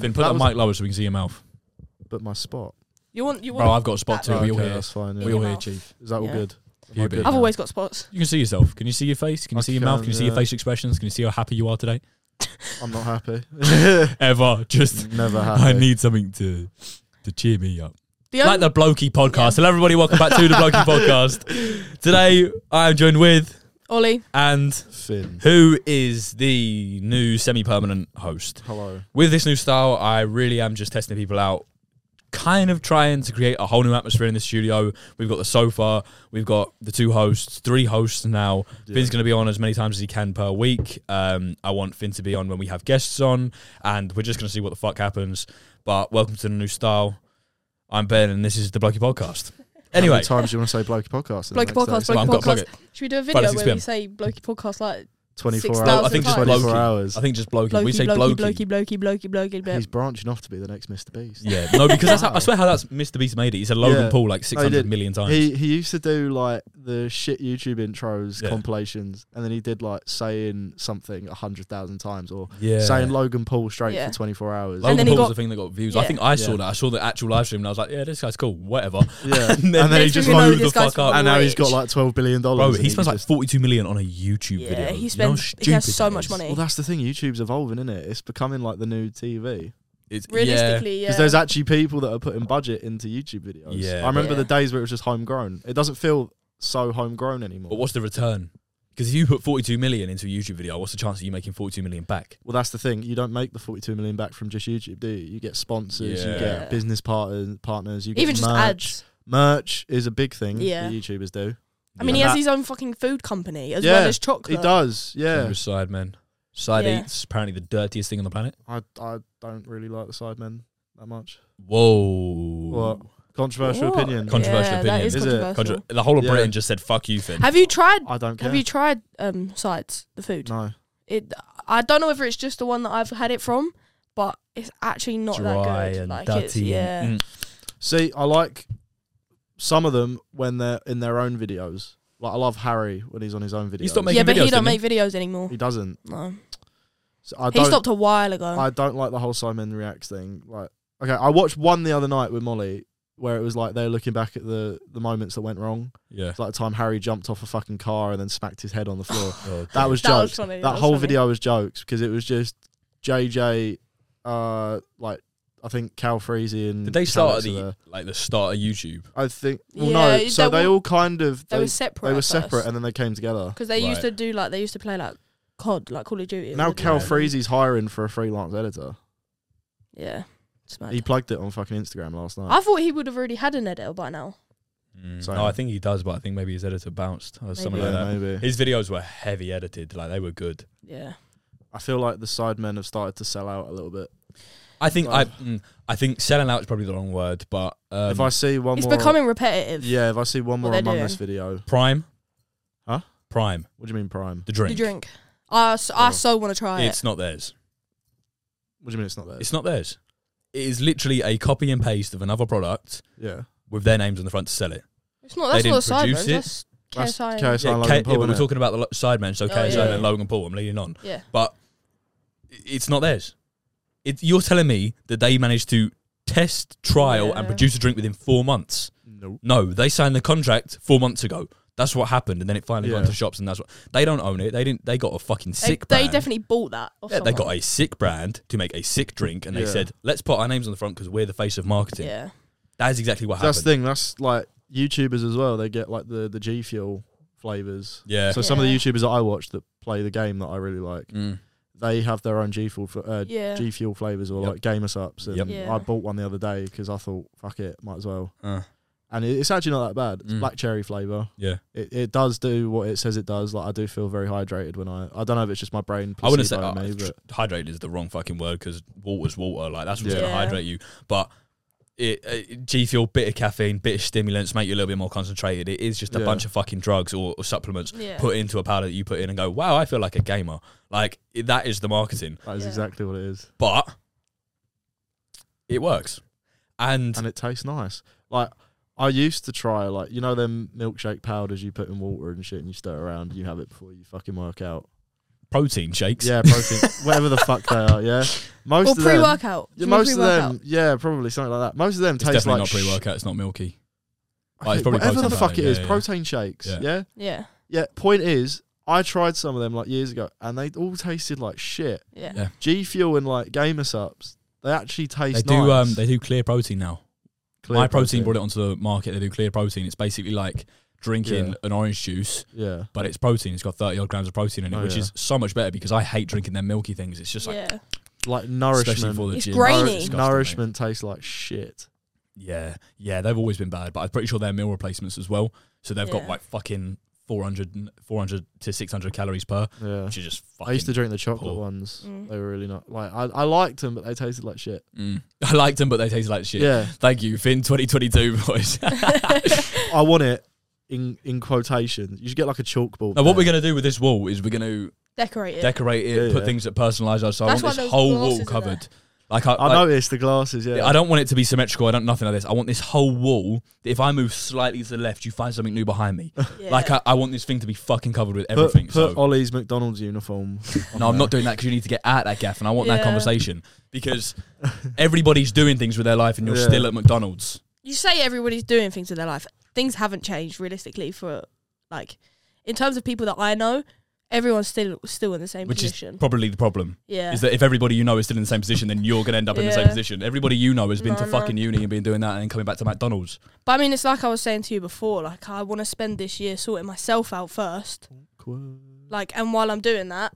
Finn, put That that, was- mic lower so we can see your mouth. But my spot. You want? You want? Bro, I've got a spot that- too. We all okay, hear. that's fine. We Yeah. all hear, Chief. Is that all Yeah. good? Am You I good bit. I've now? always got spots. You can see yourself. Can you see your face? Can you I see your mouth? Can you see your can, yeah. face expressions? Can you see how happy you are today? I'm not happy. Ever. Just, Never happy. I need something to to cheer me up. The Like the Blokey podcast. Hello, everybody. Welcome back to the Blokey podcast. Today, I am joined with Ollie. and Finn. who is the new semi permanent host. Hello. With this new style, I really am just testing people out. Kind of trying to create a whole new atmosphere in the studio. We've got the sofa, we've got the two hosts, three hosts now. Yeah. Finn's going to be on as many times as he can per week. Um, I want Finn to be on when we have guests on, and we're just going to see what the fuck happens. But welcome to the new style. I'm Ben, and this is the Blokey Podcast. How Anyway, many times do you want to say blokey podcast? in the Blokey podcast. next day? Well, Blokey I've got to plug podcast. it. Should we do a Friday, video 6 where p.m. we say blokey podcast like 24 6,000 hours. I think just 24 blokey. hours. I think just Blokey. blokey, we say blokey, Blokey. blokey, blokey, blokey, blokey, He's blokey. branching off to be the next Mr. Beast. Yeah, no, because that's how, I Wow. swear how that's Mr. Beast made it. He said Logan Yeah. Paul like six hundred did. million times. He he used to do like the shit YouTube intros, Yeah. compilations, and then he did like saying something a hundred thousand times or yeah. saying Logan Paul straight Yeah. for twenty four hours. Logan And then Paul he was got- the thing that got views. I Yeah. think I saw Yeah. that. I saw the actual live stream and I was like, yeah, this guy's cool, whatever. yeah, And then, And then he Next just thing we know, blew the this guy's fuck up. and now he's rich. got like twelve billion Bro, dollars. he spends like just- 42 million on a YouTube Yeah, video. he You know how spends. he has stupid so that much is? money. Well, that's the thing. YouTube's evolving, isn't it? It's becoming like the new TV It's, yeah. Realistically, yeah. because there's actually people that are putting budget into YouTube videos. Yeah. I remember Yeah. the days where it was just homegrown. It doesn't feel so homegrown anymore. But what's the return? Because if you put 42 million into a YouTube video, what's the chance of you making 42 million back? Well, that's the thing. You don't make the forty-two million back from just YouTube, do you? You get sponsors, Yeah. you Yeah. get business partners, partners. You get even just merch. ads. Merch is a big thing Yeah. that YouTubers do. I mean, And he has that- his own fucking food company as Yeah, well as chocolate. It does, yeah. Fingers Side, man. Side Yeah. eats apparently the dirtiest thing on the planet. I I don't really like the Sidemen that much. Whoa. What controversial What? opinion? Contra- Controversial yeah, opinion. That is, Is it? controversial. Contra- the whole of Yeah. Britain just said, fuck you, Finn. Have you tried? I don't care. Have you tried um sides the food? no, It. I don't know whether it's just the one that I've had it from, but it's actually not Dry that good. and like it's, dirty. yeah. and- see, I like some of them when they're in their own videos. Like I love Harry when he's on his own videos. He stopped making yeah, but videos, he don't make didn't videos anymore. He doesn't. No, So I he don't. stopped a while ago. I don't like the whole Simon Reacts thing. Like, okay, I watched one the other night with Molly where it was like they're looking back at the the moments that went wrong. Yeah. It's like the time Harry jumped off a fucking car and then smacked his head on the floor. Oh, that was that was jokes. funny. That, was whole funny. video was jokes because it was just JJ, uh, like I think Cal Freezy and Did they start at Alex are the there. like the start of YouTube? I think. Well, Yeah, no. So they they were- all kind of They they, were separate. they were separate and then they came together. because they used Right. to do like they used to play like COD, like Call of Duty. Now wouldn't Cal they? Freezy's hiring for a freelance editor. Yeah, it's mad. He plugged it on fucking Instagram last night. I thought he would have already had an editor by now. Sorry. Mm. No, I think he does, but I think maybe his editor bounced or something Maybe. like yeah, that. maybe. His videos were heavy edited, like they were good. Yeah, I feel like the sidemen have started to sell out a little bit. I think I, Oh. mm, I think selling out is probably the wrong word, but um, if I see one it's more, becoming repetitive. yeah, if I see What one more they're Among Us doing. video, Prime, Huh? Prime what do you mean Prime? the drink. The drink. I, s- I Oh. so want to try it. It's not theirs. What do you mean it's not there? It's not theirs. It is literally a copy and paste of another product yeah, with their names on the front to sell it. It's not. That's They not a didn't side produce road, That's That's KSI. KSI Yeah, and Logan K- yeah, Paul, but we're innit? talking about the lo- Sidemen, so Oh, KSI yeah. and Logan Paul. I'm leaning on. Yeah. It's not theirs. It, you're telling me that they managed to test, trial, Yeah. and produce a drink within four months. no. No, they signed the contract four months ago. That's what happened, and then it finally got Yeah. to shops, and that's what they don't own it. They didn't. They got a fucking They, sick. they brand. definitely bought that. Off Yeah, they someone. got a sick brand to make a sick drink, and they Yeah. said, "Let's put our names on the front because we're the face of marketing." Yeah. That is exactly what That's the happened. thing. That's like YouTubers as well. They get like the the G Fuel flavors. yeah. So some of the Yeah. YouTubers that I watch that play the game that I really like, Mm. they have their own G Fuel fl- uh, Yeah. G Fuel flavors or Yep. like Gamus ups. And Yep. Yeah. I bought one the other day because I thought, fuck it, might as well. Uh, And it, it's actually not that bad. It's Mm. black cherry flavor. yeah. It, it does do what it says it does. Like I do feel very hydrated when I. I don't know if it's just my brain. I wouldn't say placebo uh, me, tr- but hydrated is the wrong fucking word because water's water. Like that's what's Yeah. going to Yeah. hydrate you, but. It, uh, G Fuel, bit of caffeine, bit of stimulants, make you a little bit more concentrated. It is just a Yeah. bunch of fucking drugs or, or supplements Yeah. put into a powder that you put in and go, wow, I feel like a gamer. Like, i- that is the marketing. that is Yeah. exactly what it is, but it works. And, and it tastes nice. Like I used to try, like you know them milkshake powders you put in water and shit, and you stir around. and You have it before you fucking work out. protein shakes. Yeah, protein, whatever the fuck they are. Yeah, most or of them. pre-workout. Yeah, Do you mean most of pre-workout? them. Yeah, probably something like that. Most of them It's taste definitely like not sh- pre-workout. It's not milky. I Oh, it's think probably whatever the protein fuck it powder, is, yeah, yeah. protein shakes. Yeah. yeah, Yeah, yeah. Point is, I tried some of them like years ago, and they all tasted like shit. yeah. Yeah. G Fuel and like Gamer Subs, they actually taste They do. nice. Um, they do clear protein now. Clear My protein, brought it onto the market. They do clear protein. It's basically like drinking Yeah. an orange juice, Yeah, but it's protein. It's got thirty odd grams of protein in it, Oh, which yeah. is so much better because I hate drinking their milky things. It's just like yeah. like especially nourishment. for the It's gym. grainy. Nourish- Disgusting, mate. nourishment tastes like shit. Yeah, yeah, they've always been bad, but I'm pretty sure they're meal replacements as well. So they've got Yeah. like fucking 400, and- 400 to six hundred calories per, Yeah, which is just fucking. I used to drink the chocolate poor. ones. Mm. They were really not like I, I liked them, but they tasted like shit. Mm. I liked them, but they tasted like shit. Yeah, Thank you, Finn. Twenty twenty two boys. I want it in in quotations. You should get like a chalkboard. Now, what we're pen. gonna do with this wall is we're gonna Decorate it. decorate it, Yeah, put yeah. things that personalise us. So I That's want why this those whole wall glasses are covered. there. Like I, I like, noticed the glasses. Yeah, I don't want it to be symmetrical. I don't nothing like this. I want this whole wall. That if I move slightly to the left, you find something new behind me. yeah. Like I, I want this thing to be fucking covered with put, everything. put so. Ollie's McDonald's uniform. on No, I'm there. not doing that because you need to get at that gaff, and I want that Yeah. conversation because everybody's doing things with their life, and you're Yeah. still at McDonald's. you say everybody's doing things in their life. Things haven't changed realistically for like in terms of people that I know, everyone's still still in the same Which is position. Probably the problem yeah. is that if everybody you know is still in the same position, then you're gonna end up in the same Yeah. position. Everybody you know has been No, to no. fucking uni and been doing that, and then coming back to McDonald's. but I mean it's like I was saying to you before, like I wanna spend this year sorting myself out first. Like and while I'm doing that,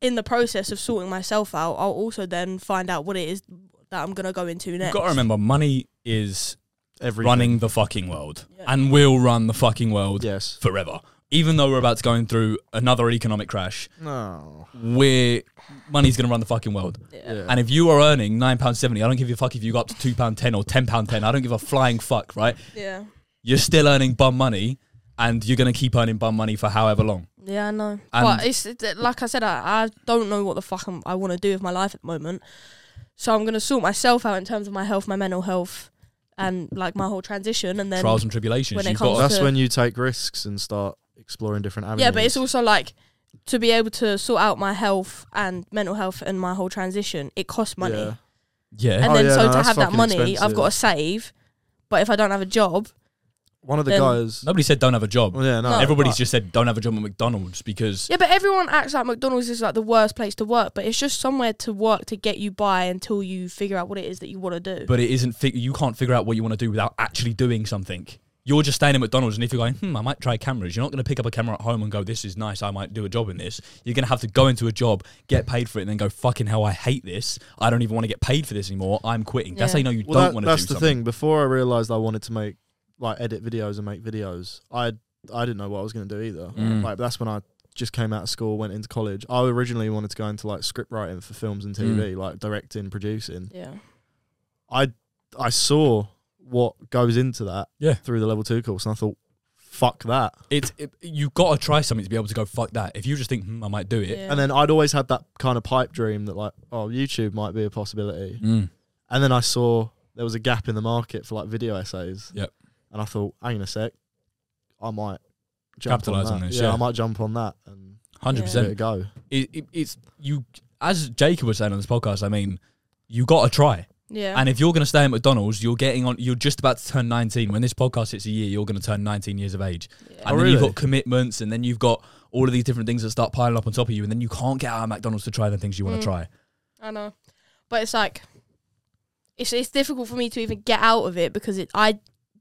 in the process of sorting myself out, I'll also then find out what it is that I'm gonna go into next. You've got to remember, money is Everything. running the fucking world, Yeah. and will run the fucking world Yes. forever. Even though we're about to going through another economic crash, No. we're money's gonna run the fucking world. Yeah. Yeah. And if you are earning nine pound seventy, I don't give a fuck if you go up to two pound ten or ten pound ten. I don't give a flying fuck, right? Yeah. You're still earning bum money, and you're gonna keep earning bum money for however long. Yeah, I know. And- but it's it's- like I said, I, I don't know what the fuck I'm, I want to do with my life at the moment. So I'm gonna sort myself out in terms of my health, my mental health, and like my whole transition, and then Trials and tribulations. when it You've comes got That's to- when you take risks and start exploring different avenues. yeah. But it's also like to be able to sort out my health and mental health and my whole transition. It costs money, Yeah. yeah. and Oh, then yeah, so no, to that's have that fucking money, I've expensive. got to save. But if I don't have a job, One of the Then- guys. Nobody said don't have a job. Well, yeah. No. No. Everybody's but- just said don't have a job at McDonald's because yeah. But everyone acts like McDonald's is like the worst place to work, but it's just somewhere to work to get you by until you figure out what it is that you want to do. but it isn't fig- you can't figure out what you want to do without actually doing something. You're just staying at McDonald's, and if you're going, hmm, I might try cameras. You're not going to pick up a camera at home and go, "This is nice. I might do a job in this." You're going to have to go into a job, get paid for it, and then go, "Fucking hell, I hate this. I don't even want to get paid for this anymore. I'm quitting." That's Yeah. how you know you Well, don't that, want to do that's the something. thing. Before I realized I wanted to make like edit videos and make videos, I I didn't know what I was going to do either. Mm. Like that's when I just came out of school, went into college. I originally wanted to go into like script writing for films Mm. and TV, like directing, producing. yeah. I I saw what goes into that Yeah. through the level two course, and I thought, fuck that. It's it, you got to try something to be able to go fuck that. If you just think hmm, I might do it, yeah. And then I'd always had that kind of pipe dream that like, oh, YouTube might be a possibility. mm. And then I saw there was a gap in the market for like video essays. Yep. And I thought, hang on a sec, I might jump Capitalise on, on that. this, Yeah, yeah. I might jump on that and Yeah. hundred give it percent. a go. It, it, it's you as Jacob was saying on this podcast. I mean, you got to try. yeah. And if you're going to stay at McDonald's, you're getting on. You're just about to turn 19. When this podcast hits a year, you're going to turn 19 years of age, Yeah. and Oh, then you've really? got commitments, and then you've got all of these different things that start piling up on top of you, and then you can't get out of McDonald's to try the things you want to Mm. try. I know, but it's like it's it's difficult for me to even get out of it because it I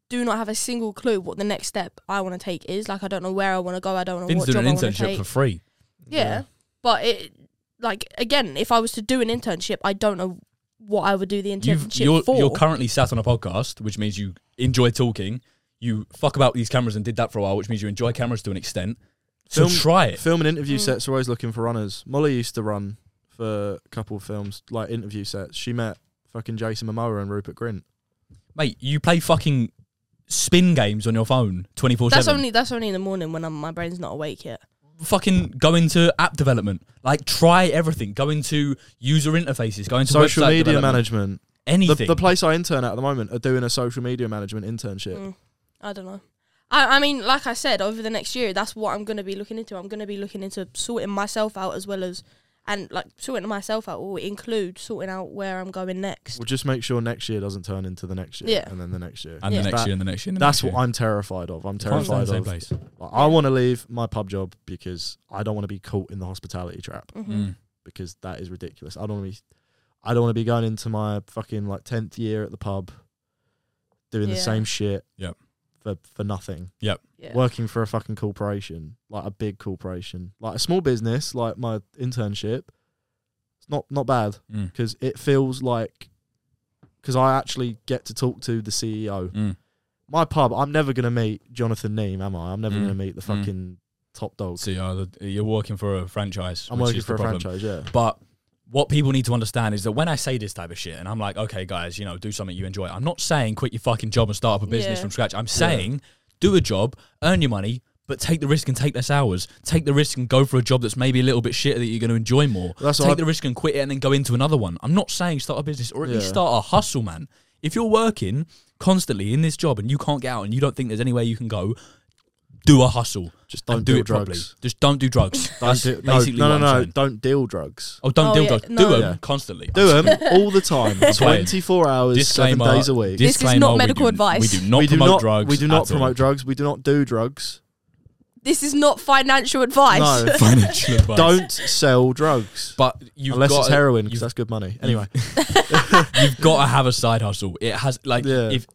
do not have a single clue what the next step I want to take is. Like I don't know where I want to go. I don't know Finn's what job doing I an want to internship take. for free. yeah. but it like again, if I was to do an internship, I don't know what I would do the internship you're, for. you're currently sat on a podcast, which means you enjoy talking. You fuck about these cameras and did that for a while, which means you enjoy cameras to an extent. So Film- try it. Film and interview Mm. sets are always looking for runners. Molly used to run for a couple of films, like interview sets. She met fucking Jason Momoa and Rupert Grint. Mate, you play fucking spin games on your phone 24 that's 7. only that's only in the morning when I'm, my brain's not awake yet. Fucking go into app development. Like, try everything. Go into user interfaces. Go into Social website media development. management. The, Anything. the place I intern at at the moment are doing a social media management internship. Mm. I don't know. I, I mean, like I said, over the next year, that's what I'm going to be looking into. I'm going to be looking into sorting myself out as well as, and like sorting myself out will include sorting out where I'm going next. We'll just make sure next year doesn't turn into the next year, Yeah. and then the next year. And Yeah. the next That- year, and the next year. And the That's next what year. I'm terrified of. I'm You can't stay in the terrified same of. place. I want to leave my pub job because I don't want to be caught in the hospitality trap Mhm. Mm. because that is ridiculous. I don't want to be. I don't want to be going into my fucking like tenth year at the pub, doing the Yeah. same shit. Yep. For for nothing. Yeah. Working for a fucking corporation, like a big corporation, like a small business, like my internship. It's not not bad Mm. because it feels like because I actually get to talk to the CEO. Mm. My pub, I'm never gonna meet Jonathan Neem, am I? I'm never Mm. gonna meet the Mm. fucking top dog. So you're, uh, you're working for a franchise. I'm which working is the for a problem. franchise, yeah. But what people need to understand is that when I say this type of shit, and I'm like, okay, guys, you know, do something you enjoy. I'm not saying quit your fucking job and start up a business Yeah. from scratch. I'm saying do a job, earn your money, but take the risk and take less hours. Take the risk and go for a job that's maybe a little bit shit that you're going to enjoy more. That's take what I- the risk and quit it and then go into another one. I'm not saying start a business or at least Yeah. start a hustle, man. If you're working constantly in this job and you can't get out and you don't think there's any way you can go, do a hustle. Just and don't do deal it properly. drugs. Just don't do drugs. Don't That's do, no, basically no, what no, I'm no, saying. don't deal drugs. Oh, don't Oh, deal yeah, drugs. no. Do them Yeah. constantly. Do them all the time, That's why- twenty four hours, Disclaimer. seven days a week. This is disclaimer, not we medical do- advice. We do not we do promote not. drugs. we do not at all. promote drugs. We do not do drugs. This is not financial advice. No, financial advice. don't sell drugs But you've unless got it's heroin because You've, that's good money. Anyway, you've got to have a side hustle. It has like Yeah. if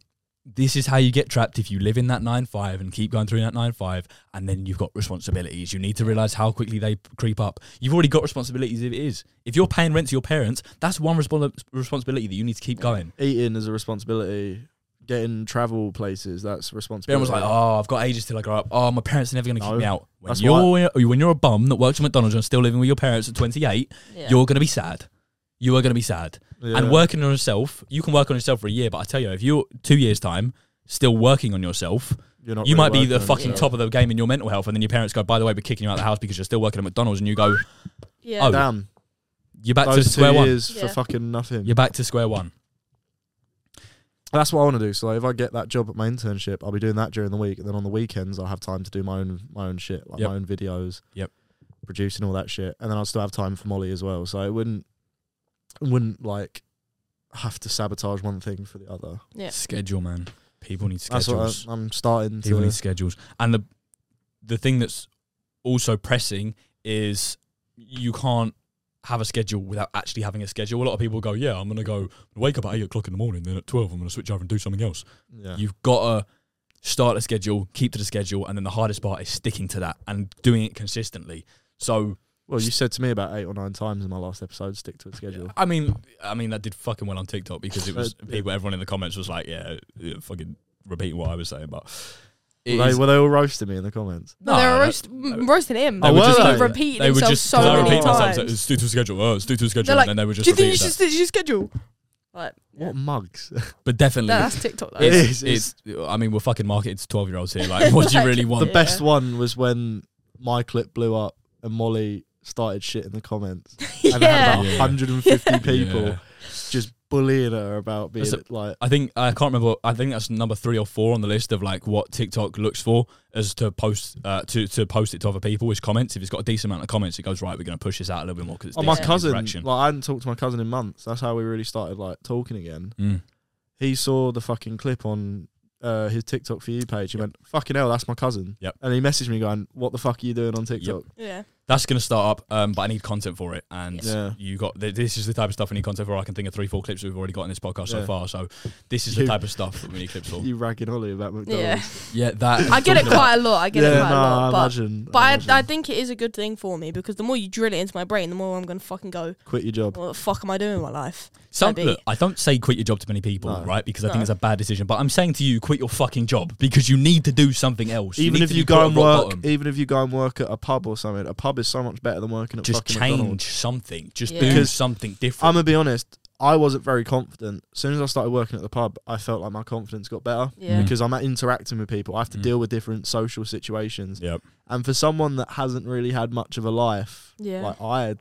this is how you get trapped if you live in that nine five and keep going through that nine five, and then you've got responsibilities. You need to realize how quickly they creep up. You've already got responsibilities. If it is, if you're paying rent to your parents, that's one respons- responsibility that you need to keep going. eating is a responsibility. Getting travel places that's a responsibility. Everyone was like, "Oh, I've got ages till I grow up. Oh, my parents are never going to No, keep me out." When that's you're when you're a bum that works at McDonald's and still living with your parents at 28, Yeah. you're going to be sad. You are going to be sad. "Oh." Yeah. And working on yourself, you can work on yourself for a year, but I tell you, if you're two years time still working on yourself, You're not you really might be the working on fucking yourself. top of the game in your mental health, and then your parents go, "By the way, we're kicking you out of the house because you're still working at McDonald's," and you go, yeah. Oh, Damn, "You're back to those two square one. years for Yeah. fucking nothing. You're back to square one." That's what I want to do. So like, if I get that job at my internship, I'll be doing that during the week, and then on the weekends I'll have time to do my own my own shit, like Yep. my own videos, Yep. producing all that shit, and then I'll still have time for Molly as well. So it wouldn't wouldn't like have to sabotage one thing for the other. Yeah. Schedule, man. People need That's schedules. what I, I'm starting People to. need schedules. And the the thing that's also pressing is you can't have a schedule without actually having a schedule. A lot of people go, Yeah, I'm gonna go wake up at eight o'clock in the morning, then at twelve I'm gonna switch over and do something else. Yeah. You've gotta start a schedule, keep to the schedule, and then the hardest part is sticking to that and doing it consistently. So well, you said to me about eight or nine times in my last episode, stick to a schedule. I mean I mean that did fucking well on TikTok because it was Uh, yeah. people everyone in the comments was like, Yeah, yeah, fucking repeating what I was saying, but it Were they, is- were they all roasting me in the comments? No, they No, were that- roast, m- roasting him. They were just He like- repeated they would himself just so 'cause I many repeat myself, times. so it's due to schedule. Oh, it's due to schedule, They're like, and then they would just Do you think you repeat should that. stick to your schedule? Like, What mugs? But definitely, that- that's TikTok. Though. It it's, is, it's, I mean, we're fucking marketed to twelve year olds here. Like, what do you really the want? Yeah. best one was when my clip blew up and Molly started shit in the comments. and had yeah. about Yeah. 150 people Yeah. just bullying her about being That's like, I think I can't remember. I think that's number three or four on the list of like what TikTok looks for as to post uh, to to post it to other people is comments. If it's got a decent amount of comments, it goes right. We're going to push this out a little bit more because oh, my decent cousin. interaction. Like, I hadn't talked to my cousin in months. That's how we really started like talking again. Mm. He saw the fucking clip on uh, his TikTok for you page. He went, "Fucking hell, that's my cousin." Yep. And he messaged me going, "What the fuck are you doing on TikTok?" Yeah. that's going to start up, um, but I need content for it. And Yeah. you got th- this is the type of stuff we need content for. I can think of three, four clips we've already got in this podcast so Yeah. far. So this is the You- type of stuff that we need clips for. You ragging Ollie about Yeah. McDonald's. Yeah, that I get it quite a lot. I get it yeah, quite nah, a lot. I But imagine. But imagine. I, I think it is a good thing for me because the more you drill it into my brain, the more I'm going to fucking go, quit your job. what the fuck am I doing with my life? Some, Maybe. look, I don't say quit your job to many people, No. right? Because I think No. it's a bad decision. But I'm saying to you, quit your fucking job because you need to do something else. Even need if to you be put go at and rock work, bottom. even if you go and work at a pub or something, a pub is so much better than working at just fucking change McDonald's. something. Just Yeah. do Because something I'm different. gonna be honest. I wasn't very confident. As soon as I started working at the pub, I felt like my confidence got better Yeah. because I'm interacting with people. I have to Mm. deal with different social situations. Yep. And for someone that hasn't really had much of a life, Yeah. like I,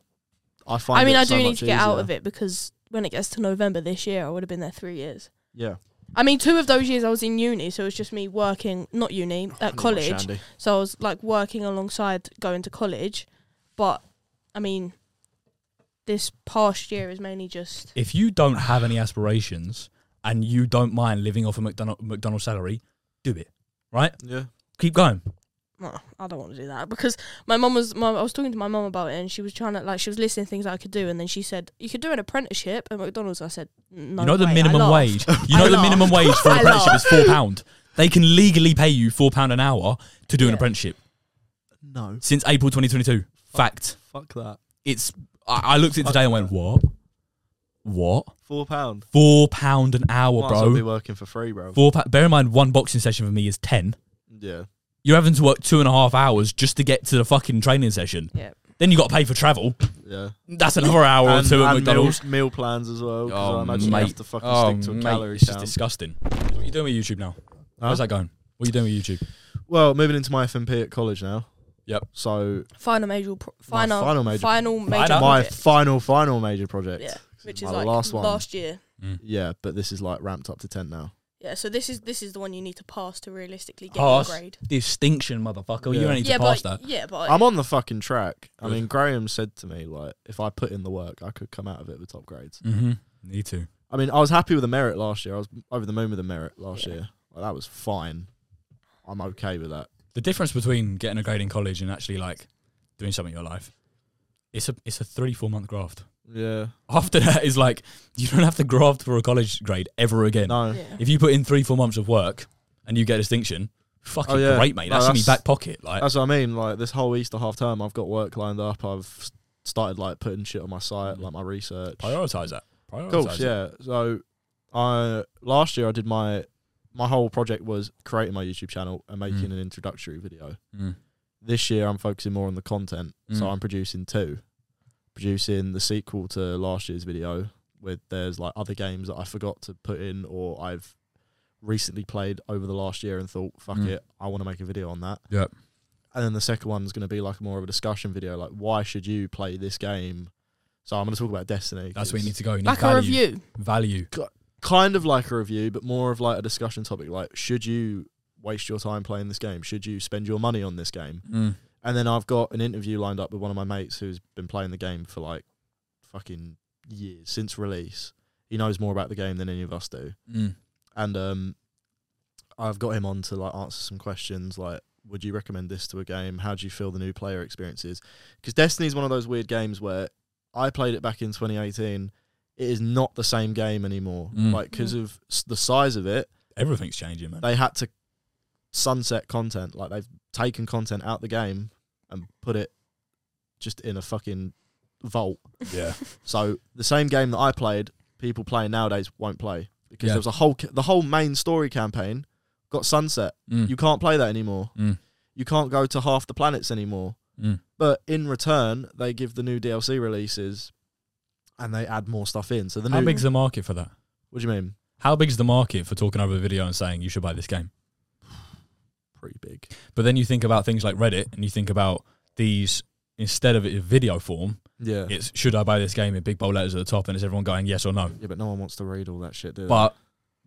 I find. I mean, it I so do need much to get out easier. of it because when it gets to November this year, I would have been there three years. Yeah, I mean, two of those years I was in uni, so it was just me working, not uni, at college. So I was like working alongside going to college. But I mean, this past year is mainly just. If you don't have any aspirations and you don't mind living off a McDonald McDonald's salary, do it. Right? Yeah. Keep going. No, I don't want to do that because my mum was. My, I was talking to my mum about it, and she was trying to like she was listing things I could do, and then she said you could do an apprenticeship at McDonald's. I said no. you know the way." I minimum laughed. wage. You know I the laughed. minimum wage for an I apprenticeship is laughed. four pound. They can legally pay you four pound an hour to do an Yeah. apprenticeship No. since April 2022. Fact. Fuck that. It's. I, I looked at it today and went, what? What? Four pound. Four pound an hour, Might as well be bro. working for free, bro. Four. Pa- bear in mind, one boxing session for me is ten. Yeah. You're having to work two and a half hours just to get to the fucking training session. Yeah. Then you got to pay for travel. Yeah. That's another hour or And, two at and meal, McDonald's. meal plans as well. 'cause Oh, I imagine you mate. have to fucking stick to a calorie it's just count. disgusting. What are you doing with YouTube now? Huh? How's that going? What are you doing with YouTube? Well, moving into my FMP at college now. Yep. So Final major. Pro- final, final major- Final major. Final? my project. final, final major project. Yeah, which is my like last one. last year. Yeah, but this is like ramped up to ten now. Yeah, so this is this is the one you need to pass to realistically get Pass. your grade. Distinction, motherfucker. You Yeah. don't need yeah, to pass but that. yeah, but I'm on the fucking track. I Good. mean, Graham said to me like, if I put in the work, I could come out of it with top grades. Mm-hmm. Need to. I mean, I was happy with the merit last year. I was over the moon with the merit last Yeah. year. Like, that was fine. I'm okay with that. The difference between getting a grade in college and actually like doing something in your life, it's a it's a three four month graft. Yeah. After that is like you don't have to graft for a college grade ever again. No. yeah. If you put in three four months of work and you get distinction, fucking Oh, yeah. great, mate. No, That's, in your that's- back pocket. Like That's what I mean. Like this whole Easter half term, I've got work lined up. I've s- started like putting shit on my site, like my research. prioritize that. Prioritize. Of course, it. yeah. So, I last year I did my my whole project was creating my YouTube channel and making Mm. an introductory video. Mm. This year I'm focusing more on the content, so Mm. I'm producing two, producing the sequel to last year's video where there's like other games that I forgot to put in or I've recently played over the last year and thought, fuck Mm. it, I want to make a video on that. Yep. And then the second one's going to be like more of a discussion video, like why should you play this game? So I'm going to talk about Destiny. That's 'cause- where you need to go. You need Like a value. review. Value. kind of like a review, but more of like a discussion topic. Like, should you waste your time playing this game? Should you spend your money on this game? Mm. And then I've got an interview lined up with one of my mates who's been playing the game for like fucking years since release. He knows more about the game than any of us do. Mm. And um, I've got him on to like answer some questions like, would you recommend this to a game? How do you feel the new player experience is? Because Destiny is one of those weird games where I played it back in 2018. It is not the same game anymore. Mm. Like 'cause Like, because of s- the size of it, Everything's changing, man. they had to sunset content. Like, they've taken content out the game and put it just in a fucking vault. yeah. So, the same game that I played, people playing nowadays won't play because Yeah. there was a whole, ca- the whole main story campaign got sunset. Mm. You can't play that anymore. Mm. You can't go to half the planets anymore. Mm. But in return, they give the new DLC releases and they add more stuff in. So the How new big's the market for that? What do you mean? How big's the market for talking over a video and saying you should buy this game? Pretty big. But then you think about things like Reddit and you think about these instead of it in video form, Yeah. Yeah, it's should I buy this game in big bold letters at the top and it's everyone going yes or no. but no one wants to read all that shit, do they? But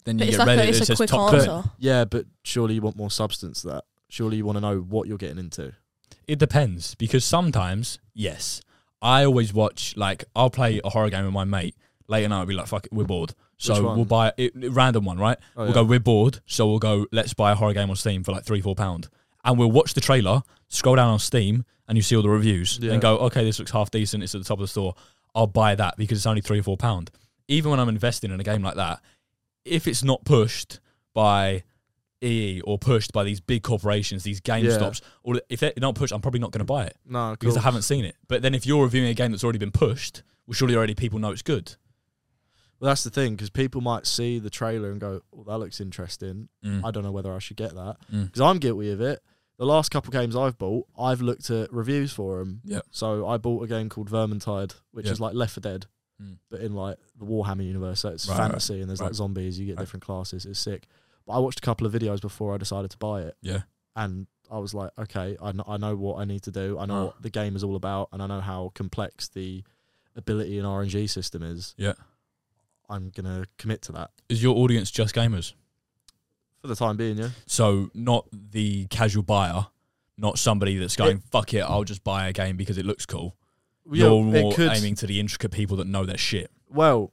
then you But it's get like Reddit a, that it's a says quick top clip. answer. yeah, but surely you want more substance to that. Surely you want to know what you're getting into. It depends because sometimes, yes, I always watch like I'll play a horror game with my mate late at night. I'll be like, "Fuck it, we're bored." Which So one? we'll buy it, random one, right? Oh, we'll yeah. go, "We're bored," so we'll go, "Let's buy a horror game on Steam for like three, four pound," and we'll watch the trailer, scroll down on Steam, and you see all the reviews, Yeah. and go, "Okay, this looks half decent. It's at the top of the store. I'll buy that because it's only three or four pound." Even when I'm investing in a game like that, if it's not pushed by EE or pushed by these big corporations, these game Yeah. stops, or if they're not pushed, I'm probably not going to buy it No, because I haven't seen it. But then if you're reviewing a game that's already been pushed, well, surely already people know it's good. Well, that's the thing because people might see the trailer and go, "Well, that looks interesting. Mm. I don't know whether I should get that." Mm. Because I'm guilty of it. The last couple games I've bought, I've looked at reviews for them. Yep. So I bought a game called Vermintide, which Yeah. is like Left 4 Dead, Mm. but in like the Warhammer universe. So it's Right, fantasy and there's right. like zombies. You get Right. different classes. It's sick. But I watched a couple of videos before I decided to buy it, Yeah. and I was like, okay, I kn- I know what I need to do. I know Uh. what the game is all about, and I know how complex the ability and RNG system is. Yeah. I'm gonna commit to that. Is your audience just gamers? for the time being, yeah. So not the casual buyer, not somebody that's going fuck it, I'll just buy a game because it looks cool. You're Yeah, more aiming to the intricate people that know their shit. Well,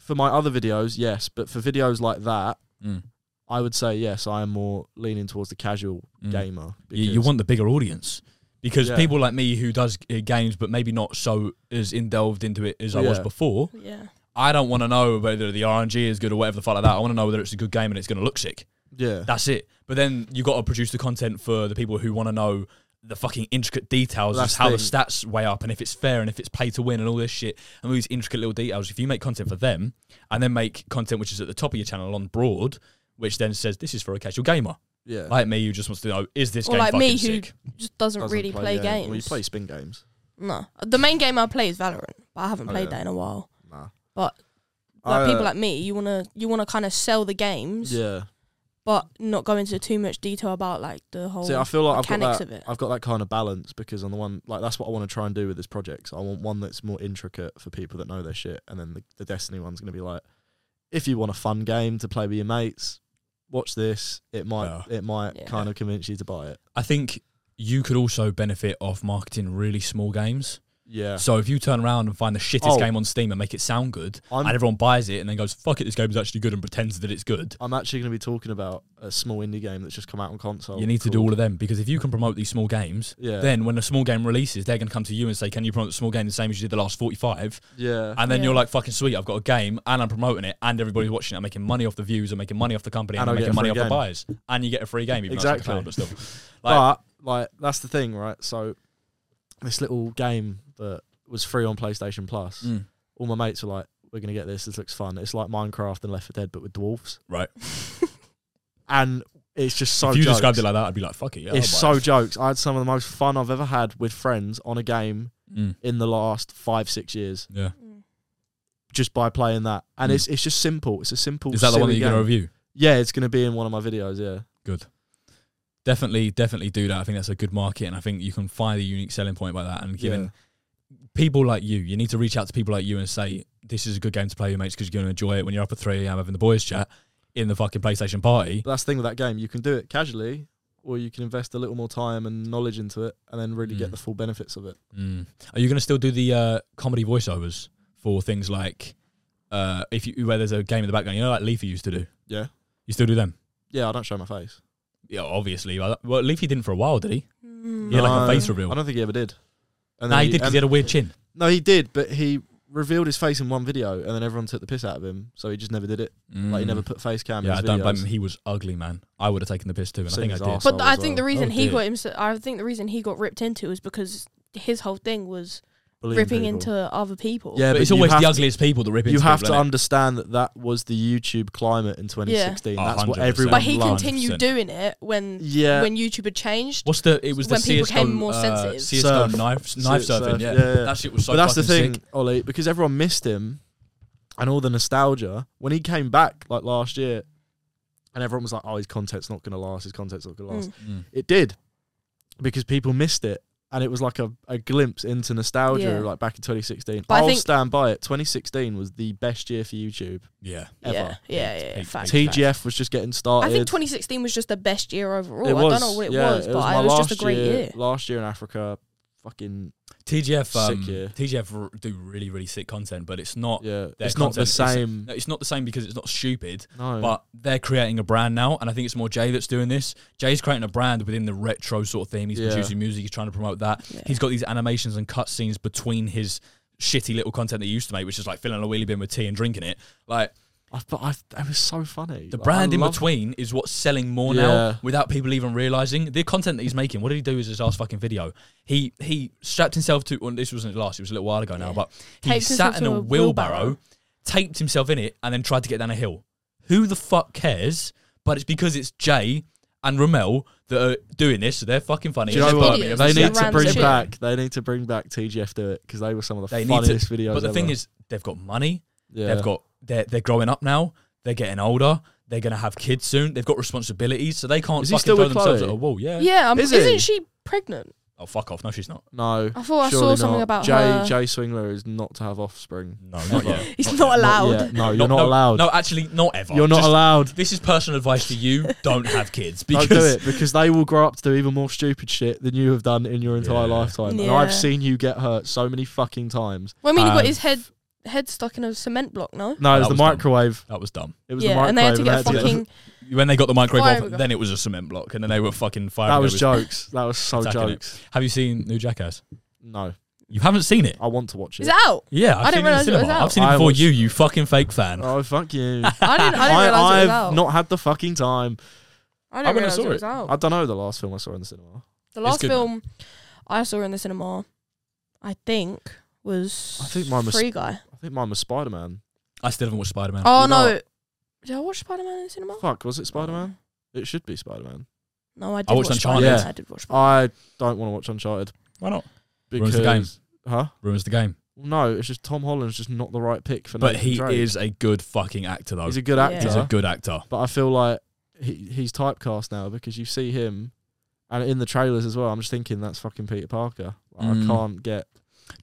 for my other videos, yes, but for videos like that, Mm. I would say yes. I am more leaning towards the casual Mm. gamer. You, you because- want the bigger audience because Yeah. people like me who does uh, games but maybe not so as indelved into it as I was Yeah. before. Yeah. I don't want to know whether the RNG is good or whatever the fuck like that. I want to know whether it's a good game and it's going to look sick. yeah, That's it. But then you got to produce the content for the people who want to know the fucking intricate details That's of how the the stats weigh up and if it's fair and if it's pay to win and all this shit and all these intricate little details. If you make content for them and then make content which is at the top of your channel on broad, which then says this is for a casual gamer yeah. like me who just wants to know is this Or game like fucking me who- sick? Just doesn't, Doesn't really play, yeah, games. Well, you play spin games. No. The main game I play is Valorant, but I haven't Oh, played yeah. that in a while. Nah. But I, Like uh, people like me, you wanna you wanna kind of sell the games, yeah. but not go into too much detail about like the whole. See, I feel like I've got mechanics that. of it. I've got that kind of balance because on the one, like that's what I want to try and do with this project. So I want one that's more intricate for people that know their shit, and then the, the Destiny one's going to be like, if you want a fun game to play with your mates, watch this. It might, Yeah. it might Yeah. kind of convince you to buy it. I think you could also benefit off marketing really small games. Yeah, So if you turn around and find the shittest Oh. game on Steam and make it sound good, I'm- and everyone buys it and then goes, "Fuck it, this game is actually good," and pretends that it's good, I'm actually going to be talking about a small indie game that's just come out on console. you need to do all of them because if you can promote these small games, Yeah, then when a small game releases, they're going to come to you and say, "Can you promote the small game the same as you did the last forty-five? yeah, And then Yeah. you're like, "Fucking sweet, I've got a game and I'm promoting it, and everybody's watching it. I'm making money off the views, I'm making money off the company, and And I'll I'm get making a money off free the game. buyers, and you get a free game, even Exactly. though it's not cloud, but still." but like that's the thing, right? So this little game that was free on PlayStation Plus. Mm. all my mates were like, "We're gonna get this. This looks fun. It's like Minecraft and Left 4 Dead, but with dwarves." Right. and it's just so. if you jokes. described it like that, I'd be like, "Fuck it, yeah." it's I'll buy so it." jokes. I had some of the most fun I've ever had with friends on a game Mm, in the last five six years yeah. Mm. just by playing that, and Mm. it's it's just simple. It's a simple. Is that the one that silly you're going game. to review? Yeah, it's gonna be in one of my videos. Yeah, Definitely, definitely do that. I think that's a good market, and I think you can find a unique selling point by that. And given Yeah. people like you, you need to reach out to people like you and say, "This is a good game to play with your mates because you're going to enjoy it when you're up at three a.m. having the boys chat in the fucking PlayStation party." But that's the thing with that game. You can do it casually, or you can invest a little more time and knowledge into it, and then really Mm. get the full benefits of it. Mm. Are you going to still do the uh, comedy voiceovers for things like uh, if you where there's a game in the background? You know, like Leafy used to do. Yeah. You still do them? Yeah, I don't show my face. Yeah, obviously. Well, well, Leafy didn't for a while, did he? Mm. He had like No. a face I reveal. don't think he ever did. And No, then he did because and- he had a weird chin. No, he did, but he revealed his face in one video, and then everyone took the piss out of him. So he just never did it. Like he never put face cam. Mm. Yeah, I in his don't videos. blame him. He was ugly, man. I would have taken the piss too, and Seen I his think I did. arse. But Soul th- I as think the well. reason Oh, he dear. got himself, I think the reason he got ripped into is because his whole thing was Bullying ripping people. into other people. Yeah, But, but, it's always you the have to- ugliest people that rip into you have people, to innit? understand that that was the YouTube climate in 2016. Yeah. That's what 100%. everyone. But But he loved. online. continued 100%. doing it when Yeah. when YouTube had changed. What's the? It was When the people CS became GO, more uh, sensitive. CS Surf. GO knife, knife Surf, surfing. surf, Yeah. yeah, yeah. that shit was so. but that's the fucking thing, sick. Ollie, because everyone missed him and all the nostalgia when he came back like last year, and everyone was like, "Oh, his content's not going to last. His content's not going to last." Mm. Mm. It did because people missed it. And it was like a, a glimpse into nostalgia, Yeah. like back in 2016. But I I'll think- stand by it. 2016 was the best year for YouTube. Yeah, Ever. Yeah, yeah, yeah. yeah Eight- fact, eight- fact. TGF was just getting started. I think 2016 was just the best year overall. It I don't know what it yeah, was, but I- it was just a great year. Last year in Africa, fucking TGF. Um, Sick, yeah. TGF r- do really, really sick content, but it's not. yeah, Their it's not the content is- same. No, it's not the same because it's not stupid. No, But they're creating a brand now, and I think it's more Jay that's doing this. Jay's creating a brand within the retro sort of theme. He's Yeah. producing music. He's trying to promote that. Yeah. He's got these animations and cutscenes between his shitty little content that he used to make, which is like filling a wheelie bin with tea and drinking it. Like I, but I, it was so funny. the Like, I brand in love- between is what's selling more Yeah. now, without people even realizing the content that he's making. What did he do with his last fucking video? He he strapped himself to. Well, this wasn't his last. It was a little while ago now, Yeah. but he Taped himself sat in to a, a wheelbarrow, wheelbarrow. taped himself in it, and then tried to get down a hill. Who the fuck cares? But it's because it's Jay and Ramel that are doing this, so they're fucking funny. Do you know They're what? funny. Idiots. They Yeah. need to Random bring shit. back. They need to bring back TGF do it because they were some of the They need to- funniest videos. But the thing ever. is, they've got money. yeah. They've got they're they're growing up now. They're getting older. They're gonna have kids soon. They've got responsibilities, so they can't Is he fucking still throw with themselves Chloe? at a wall. Yeah. Yeah, um, Is isn't it? she pregnant? Oh, fuck off. No, she's not. No. I thought Oh, I saw surely something not. about Jay her. Jay Swingler is not to have offspring. No, not yet. He's yet. not allowed. Not yet. No, No, you're not no, allowed. No, actually, not ever. you're not Just- allowed. This is personal advice to you. Don't have kids Don't because do it because they will grow up to do even more stupid shit than you have done in your entire Yeah. lifetime. And Yeah. I've seen you get hurt so many fucking times. Well, I mean, he Um, got his head head stuck in a cement block. No. No, it was That the was dumb. microwave. that was dumb. It was the Yeah, microwave. and they had to get a and they had to fucking. When they got the microwave Fire off, brigade. then it was a cement block, and then they were fucking fire. That was brigade jokes. That was so Attacking it. jokes. Have you seen New Jackass? No, You haven't seen it. I want to watch it. Is it out? Yeah, I've I didn't seen it in the realise it was cinema. out. I've seen it I before watched- you, you fucking fake fan. oh fuck you! I didn't. I didn't realize it I, was have out. Oh. not had the fucking time. I I went and didn't realize saw it was it. out. I don't know the last film I saw in the cinema. the It's last good, film I saw in the cinema, I think, was I think mine was- Free Guy. I think mine was Spider Man. I still haven't watched Spider Man. Oh You're no. not. Did I watch Spider Man in the cinema? Fuck, was it Spider Man? It should be Spider Man. No, I did. watched watch Uncharted. Spider-Man. Yeah. I did watch. Spider-Man. I don't want to watch Uncharted Why not? Ruins because the game. huh? Ruins the game. No, it's just Tom Holland's just not the right pick for. But Nathan he Drake. is a good fucking actor, though. He's He's a good Yeah. actor. a, good actor. but I feel like he, he's typecast now because you see him, and in the trailers as well. I'm just thinking that's fucking Peter Parker. Like, Mm. I can't get.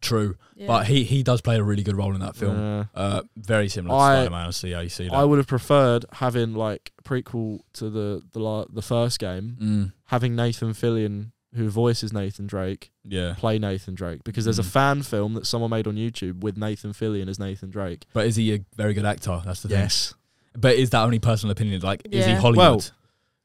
True. Yeah. But he, he does play a really good role in that film. Yeah. Uh, very similar I- to Spider Man. I see how you see that. I would have preferred having like prequel to the the la- the first game, Mm, having Nathan Fillion, who voices Nathan Drake, yeah. play Nathan Drake because there's a Mm. fan film that someone made on YouTube with Nathan Fillion as Nathan Drake. But is he a very good actor? That's the thing. But is that only personal opinion? Like, is he Yeah. Hollywood? Well,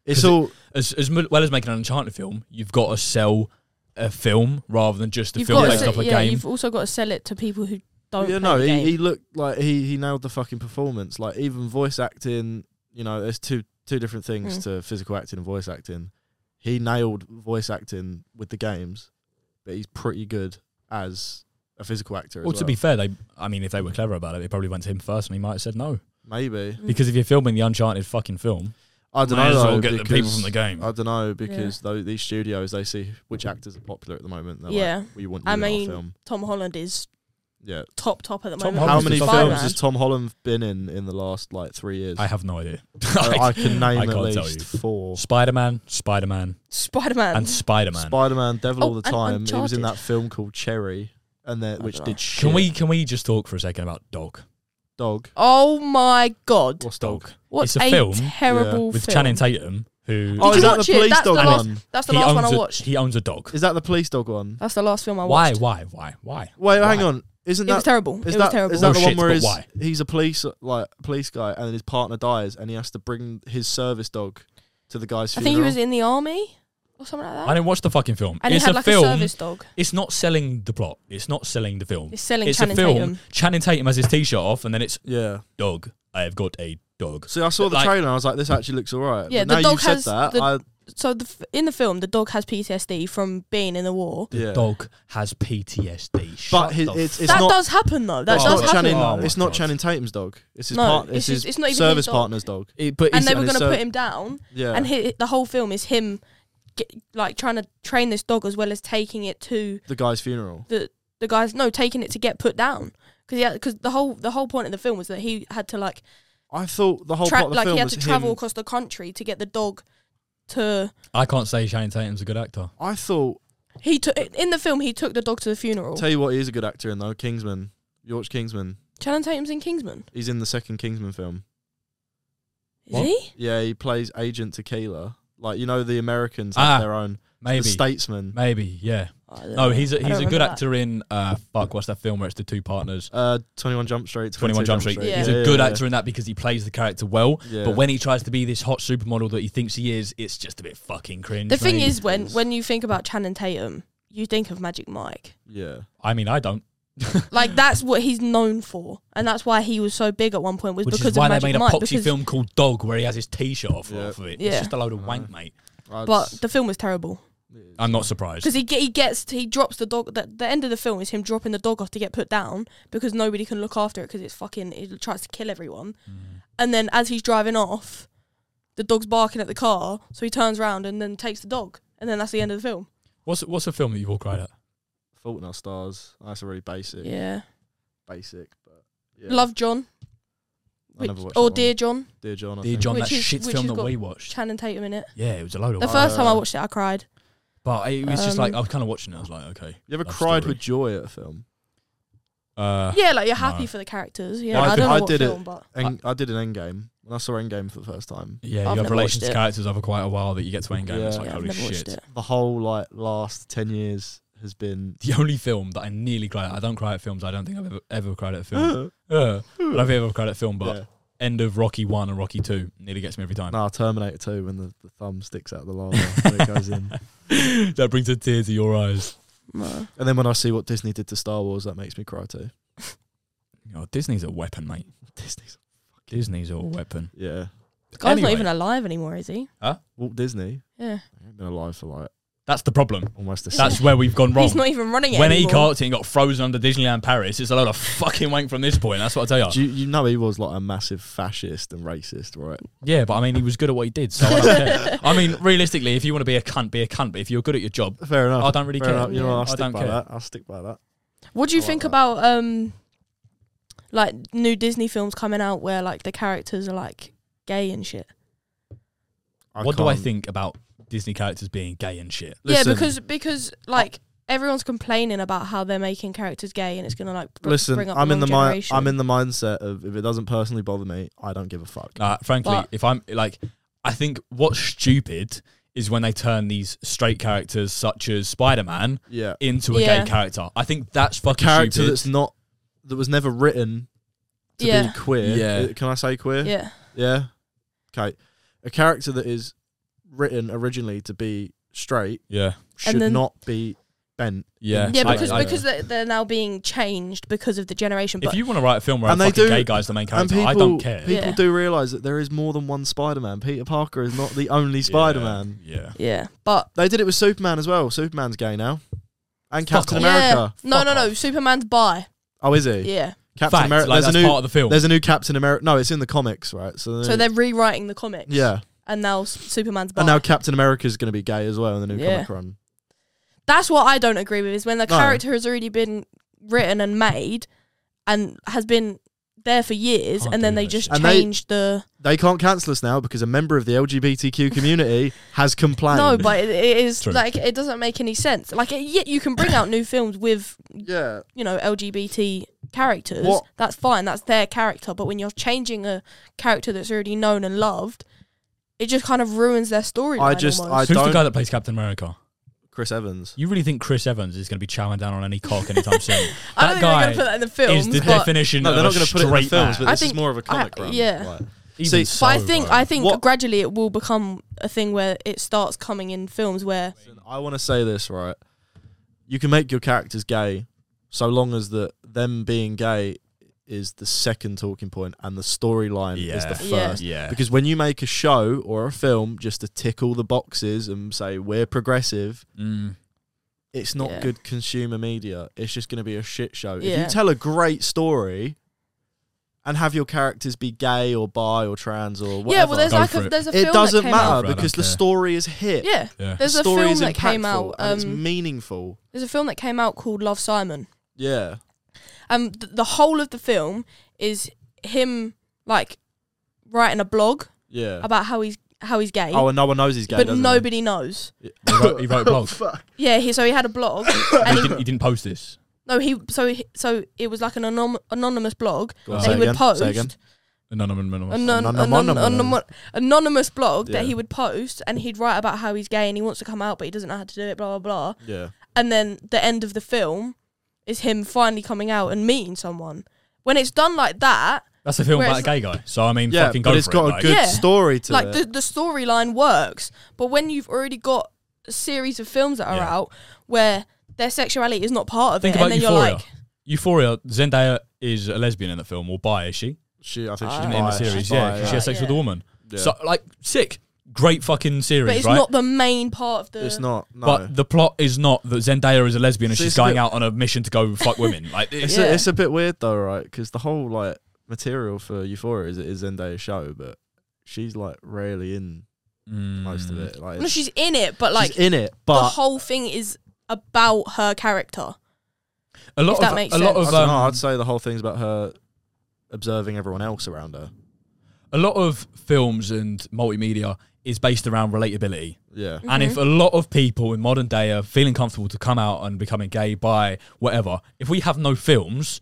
it's 'Cause it- all as as mu- well as making an Uncharted film, you've got to sell a film rather than just a you've film got to based sell- off a yeah, game. you've also got to sell it to people who don't. yeah, Oh, play no, the he, game. he looked like he he nailed the fucking performance. Like even voice acting, you know, there's two two different things Mm. to physical acting and voice acting. He nailed voice acting with the games, but he's pretty good as a physical actor. As Well, to be fair, they I mean, if they were clever about it, they probably went to him first, and he might have said no. maybe Mm. Because if you're filming the Uncharted fucking film, I don't might know. as well though, get the people because- from the game. I don't know because though these studios they see which actors are popular at the moment. They're Yeah. like, we want you I in mean, our film. Tom Holland is Yeah, top top at the Tom moment. Holland's how the many top films man. has Tom Holland been in in the last like three years? I have no idea. I, I can name I at can't tell least four. Spider Man, Spider Man, Spider Man. and Spider Man. Spider Man, Devil Oh, All the and Time. He was in Uncharted. that film called Cherry, and that I which dunno. did shit. Can we can we just talk for a second about Dog? dog? Oh my god! What's dog? What It's a a, film terrible With film. Channing Tatum, who Oh, Did you is that the watch it? police That's dog the last- one? That's the he last one owns I a, watched. he owns a dog. Is that the police dog one? That's the last film I Why watched. why why why? Wait, hang Why? on. Isn't It was that terrible. is it that was terrible. is that No the shit, one where but he's, why? he's a police like police guy, and then his partner dies, and he has to bring his service dog to the guy's I funeral? think he was in the army or something like that. I didn't watch the fucking film. and it's he had a like film. a service dog. It's not selling the plot. It's not selling the film. He's selling it's Channing a film. Tatum. Channing Tatum has his t-shirt off, and then it's yeah. dog. I have got a dog. See, I saw the Like- trailer, and I was like, "This actually looks alright." Yeah, but the now dog you've said has that. the- I, So the f- in the film, the dog has PTSD from being in the war. The Yeah. dog has PTSD. Shut but his, the it's f- it's that not. does happen though. That It's does not happen. Channing. Oh my it's not God. Channing Tatum's dog. It's his No, part. it's It's, just- his it's not even his service dog. partner's dog. it- but and is they it- were and going to so- put him down, Yeah. and he, the whole film is him, get, like trying to train this dog as well as taking it to the guy's funeral. the guys. No, taking it to get put down because because the whole the whole point of the film was that he had to like I thought the whole tra- part of the like film he had was to travel him- across the country to get the dog to I can't say Channing Tatum's a good actor. I thought. he took in the film he took the dog to the funeral. Tell you what, he is a good actor in though. Kingsman, George Kingsman. Channing Tatum's in Kingsman. He's in the second Kingsman film. Is What? he? Yeah, he plays Agent Tequila. Like you know, the Americans Ah, have their own. Maybe. The Statesman. Maybe, yeah. Oh, I don't No, know. he's a, I don't he's a remember good that. actor in uh fuck what's that film where it's the two partners Uh, Twenty One Jump Street. Twenty One 22 Jump Street. Street. He's Yeah, a good yeah, actor in that because he plays the character well. Yeah. But when he tries to be this hot supermodel that he thinks he is, it's just a bit fucking cringe. The thing mate. is, when when you think about Channing Tatum, you think of Magic Mike. yeah, I mean, I don't. Like that's what he's known for, and that's why he was so big at one point was Which because is why of they Magic made a Mike. poxy because, film called Dog where he has his t-shirt off, Yeah. off of it. It's Yeah. Uh-huh. just a load of wank, Uh, mate. I'd but s- the film was terrible I'm not surprised. because he ge- he gets he drops the dog. The, the end of the film is him dropping the dog off to get put down because nobody can look after it because it's fucking it tries to kill everyone. Mm. And then as he's driving off, the dog's barking at the car, so he turns around and then takes the dog, and then that's the end of the film. What's what's a film that you've all cried at? Fault in Our Stars. That's a really basic, Yeah, basic. But yeah. Love John I which, never watched that or one. Dear John, Dear John. I Dear think. John, Which that is- shit which film has that got we watched. Channing Tatum in it. Yeah, it was a load of The wank. first time I Uh, watched it, I cried. But it was just Um, like I was kind of watching it. I was like, okay. You ever Love cried story. with joy at a film? Uh, Yeah, like you're happy No. for the characters. Yeah, Ah. I I, did- don't know I what did it. film, but And I, did an Endgame when I saw Endgame for the first time. yeah, I've you have never watched relations to it. characters over quite a while that you get to Endgame. game. It's Yeah. yeah, like I've holy never watched shit. it. The whole like last ten years has been. The only film that I nearly cried. at, I don't cry at films. I don't think I've ever, ever cried at a film. uh, I don't think I've ever cried at a film. But Yeah. end of Rocky One and Rocky Two nearly gets me every time. Nah, Terminator 2 when the, the thumb sticks out of the lava when it goes in. that brings a tear to your eyes. No. And then when I see what Disney did to Star Wars, that makes me cry too. Oh, Disney's a weapon, mate. Disney's. Disney's a weapon. Yeah. The guy's Anyway. not even alive anymore, is he? Walt Disney. Yeah, He's been alive for like That's the problem. almost a That's century. where we've gone wrong. he's not even running it. when he anymore. got it and got frozen under Disneyland Paris, it's a load of fucking wank from this point. That's what I tell you. Do you, you know he was like a massive fascist and racist, right? Yeah, but I mean, he was good at what he did. So I, don't care. I mean, realistically, if you want to be a cunt, be a cunt. But if you're good at your job, Fair enough. I don't really Fair care. enough. You know, Yeah. I'll I stick don't by care. that. I'll stick by that. What do you I like think that. about um, like new Disney films coming out where like the characters are like gay and shit? what do I can't- think about Disney characters being gay and shit? Listen. yeah, because because like everyone's complaining about how they're making characters gay and it's gonna like br- Listen, bring up I'm in wrong the mind. generation. I'm in the mindset of if it doesn't personally bother me, I don't give a fuck. Uh, frankly, But- if I'm like, I think what's stupid is when they turn these straight characters, such as Spider Man, yeah, into a Yeah. gay character. I think that's fucking character stupid. that's not that was never written to Yeah. be queer. Yeah. Uh, Can I say queer? yeah Yeah. Okay. A character that is written originally to be straight yeah, should then- not be bent. yeah, yeah I- because I- I- because they're, they're now being changed because of the generation. if But you want to write a film where And a they fucking do- gay guy's the main And character, people, I don't care. people Yeah. do realize that there is more than one Spider-Man. Peter Parker is not the only Spider-Man. Yeah. yeah, but They did it with Superman as well. Superman's gay now, and Fuck Captain off. America. yeah, no Fuck no no, off. Superman's bi. Oh, is he? Yeah, Captain Fact, America. like, there's that's a new. part of the film. There's a new Captain America. No, it's in the comics, right? So, so they're rewriting the comics. yeah, and now S- Superman's bi. and now Captain America's going to be gay as well in the new Yeah. comic run. That's what I don't agree with is when the No. character has already been written and made and has been there for years Can't and then do they this. just And they- changed the They can't cancel us now because a member of the LGBTQ community has complained. No, but it, it is True. like it doesn't make any sense. Like it, yet you can bring out new films with yeah, you know LGBT characters. What- That's fine. That's their character. But when you're changing a character that's already known and loved, it just kind of ruins their storyline. I just- almost. Who's the don't- guy that plays Captain America? Chris Evans. You really think Chris Evans is going to be chowing down on any cock anytime soon? I don't That think they're guy gonna put that in the films. is the but, definition No, of they're not going going to put it in the films, but I this is think- more of a comic I- run. yeah. Like, Even See, but so, I think bro. I think What- gradually it will become a thing where it starts coming in films where I want to say this right. You can make your characters gay, so long as that them being gay is the second talking point and the storyline is the Yeah. first. Yeah. yeah, Because when you make a show or a film just to tick all the boxes and say we're progressive, Mm. it's not Yeah. good consumer media. It's just going to be a shit show. If Yeah. you tell a great story and have your characters be gay or bi or trans or whatever, yeah, well, there's Go like for a, it. there's a it film doesn't that came out. matter Right, I because the don't care. story is hit. Yeah, yeah. there's the a story film is that came impactful out. and it's Um, meaningful. there's a film that came out called Love Simon. Yeah. um th- the whole of the film is him like writing a blog Yeah. about how he's how he's gay, Oh, and no one knows he's gay. but doesn't nobody knows. He? He wrote, he wrote a Oh, blog. Fuck. Yeah, he so he had a blog, he, and he, didn't, he didn't post this. no he so he, so it was like an anom- anonymous blog Go on, Uh, that say he would again, post. Say again. Anonymous. anonymous. Anon- Anonymous. anon- anon- anonymous blog that Yeah. he would post and he'd write about how he's gay and he wants to come out but he doesn't know how to do it blah blah blah Yeah. and then the end of the film is him finally coming out and meeting someone when it's done like that That's a film Whereas- about a gay guy. So I mean, Yeah, fucking go but it's for it. got a like. good Yeah. story to like it. the the storyline works, but when you've already got a series of films that are Yeah. out where their sexuality is not part of Think it, and about then Euphoria. you're like, Euphoria. Zendaya is a lesbian in the film, or bi is she? she, I think Ah. she's In, In- in the bi. series, She's yeah, bi, 'cause she yeah. has sex with a Yeah. woman. Yeah. So like, sick, great fucking series, but it's right? not the main part of the. it's not. No. But the plot is not that Zendaya is a lesbian and So she's it's a going bit- out on a mission to go fuck women. Like, It's, it's, Yeah. a, it's a bit weird though, right? Because the whole like material for Euphoria is it is Zendaya's show, but she's like rarely in most of Mm. it. Like, no, it's- she's in it, but she's like in it, the but whole thing is about her character. A lot If that of makes a lot I sense. of don't know, um, I'd say the whole thing's about her observing everyone else around her. a lot of films and multimedia is based around Mm. relatability. Yeah. And if a lot of people in modern day are feeling comfortable to come out and becoming gay by whatever, if we have no films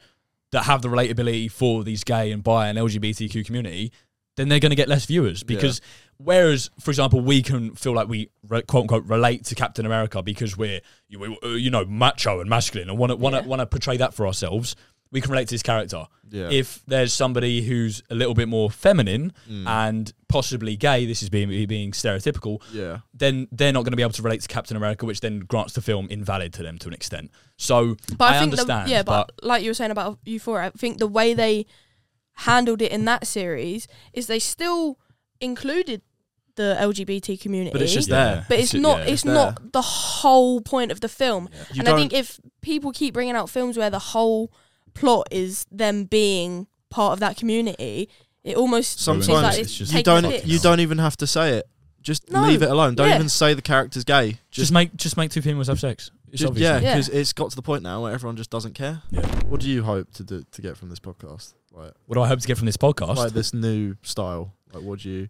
that have the relatability for these gay and bi and LGBTQ community, then they're going to get less viewers because whereas, for example, we can feel like we re- quote unquote relate to Captain America because we're you, we- uh, you know macho and masculine and want to want to want to portray that for ourselves. We can relate to his character. Yeah. If there's somebody who's a little bit more feminine and possibly gay, this is being being stereotypical yeah. then they're not going to be able to relate to Captain America, which then grants the film invalid to them to an extent. So But I, I, think understand. The, yeah, but, but, like you were saying about Euphoria, I think the way they handled it in that series is they still included the LGBT community. But it's just Yeah. there. But it's, not. yeah. it's there. not the whole point of the film. You and I think if people keep bringing out films where the whole plot is them being part of that community, it almost Sometimes seems like it's it's just- you taking don't the piss. you don't even have to say it. Just No. leave it alone. Don't Yeah. even say the character's gay. just Just, make just make two females have sex. It's just obvious. yeah, Yeah. because it's got to the point now where everyone just doesn't care. Yeah. What do you hope to do, to get from this podcast? Like, What do I hope to get from this podcast? like this new style. Like, what do you?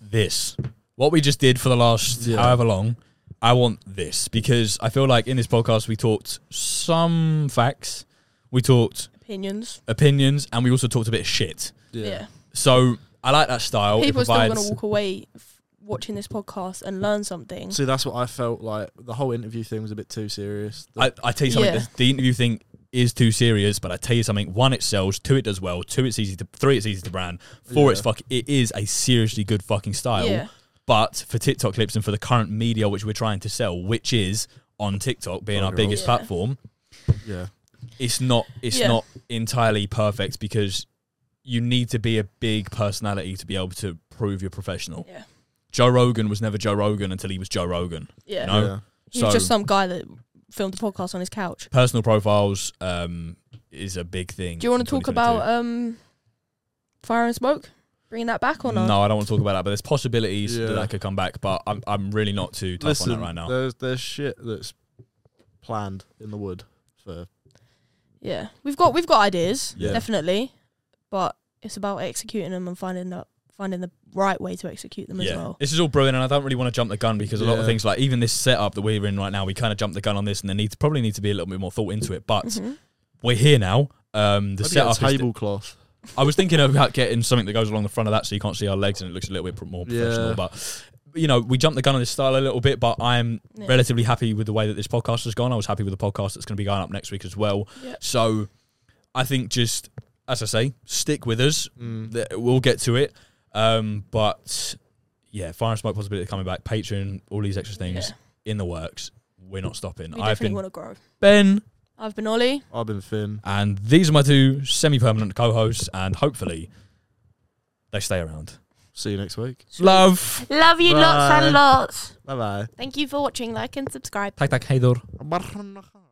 this. What we just did for the last Yeah. however long. I want this because I feel like in this podcast we talked some facts, we talked opinions. opinions, and we also talked a bit of shit. Yeah, So I like that style. people Oh, it are still provides going to walk away f- watching this podcast and learn something. See, that's what I felt like. The whole interview thing was a bit too serious. The- I, I tell you something. Yeah. The, the interview thing is too serious, but I tell you something. One, it sells. Two, it does well. Two, it's easy to. Three, it's easy to brand. Four, it's Yeah. fuck. It is a seriously good fucking style. Yeah. But for TikTok clips and for the current media which we're trying to sell, which is on TikTok being our Bugger all. biggest Yeah. platform, yeah, it's not. It's Yeah. not entirely perfect because you need to be a big personality to be able to prove you're professional. Yeah. Joe Rogan was never Joe Rogan until he was Joe Rogan. Yeah, No. yeah. he's So- just some guy that filmed a podcast on his couch. Personal profiles um, is a big thing. Do you want in to talk 2022. about um, fire and smoke? Bringing that back or not? No, I don't want to talk about that. But there's possibilities Yeah. that that could come back. But I'm I'm really not too tough Listen, on that right now. there's there's shit that's planned in the wood for Yeah, we've got we've got ideas, Yeah. definitely, but it's about executing them and finding the finding the right way to execute them as yeah, well. this is all brewing, and I don't really want to jump the gun because a lot of Yeah. things like even this setup that we're in right now, we kind of jumped the gun on this, and there needs probably need to be a little bit more thought into it. But Mhm. we're here now. Um, the Maybe get a setup. Is tablecloth. I was thinking about getting something that goes along the front of that so you can't see our legs and it looks a little bit pr- more professional. Yeah. But you know, we jumped the gun on this style a little bit, but I'm Yeah. relatively happy with the way that this podcast has gone. I was happy with the podcast that's going to be going up next week as well. Yeah. So I think just as I say, stick with us. Mm. Th- We'll get to it. Um, but yeah, fire and smoke possibility coming back, Patreon, all these extra things in the works. We're not stopping. We I've definitely been want to grow. Ben, I've been Ollie. I've been thin. and these are my two semi-permanent co-hosts, and hopefully they stay around. See you next week. Love. Love you lots Bye. and lots. Bye Thank you for watching. Like and subscribe. Tack, tack, hej då. bye.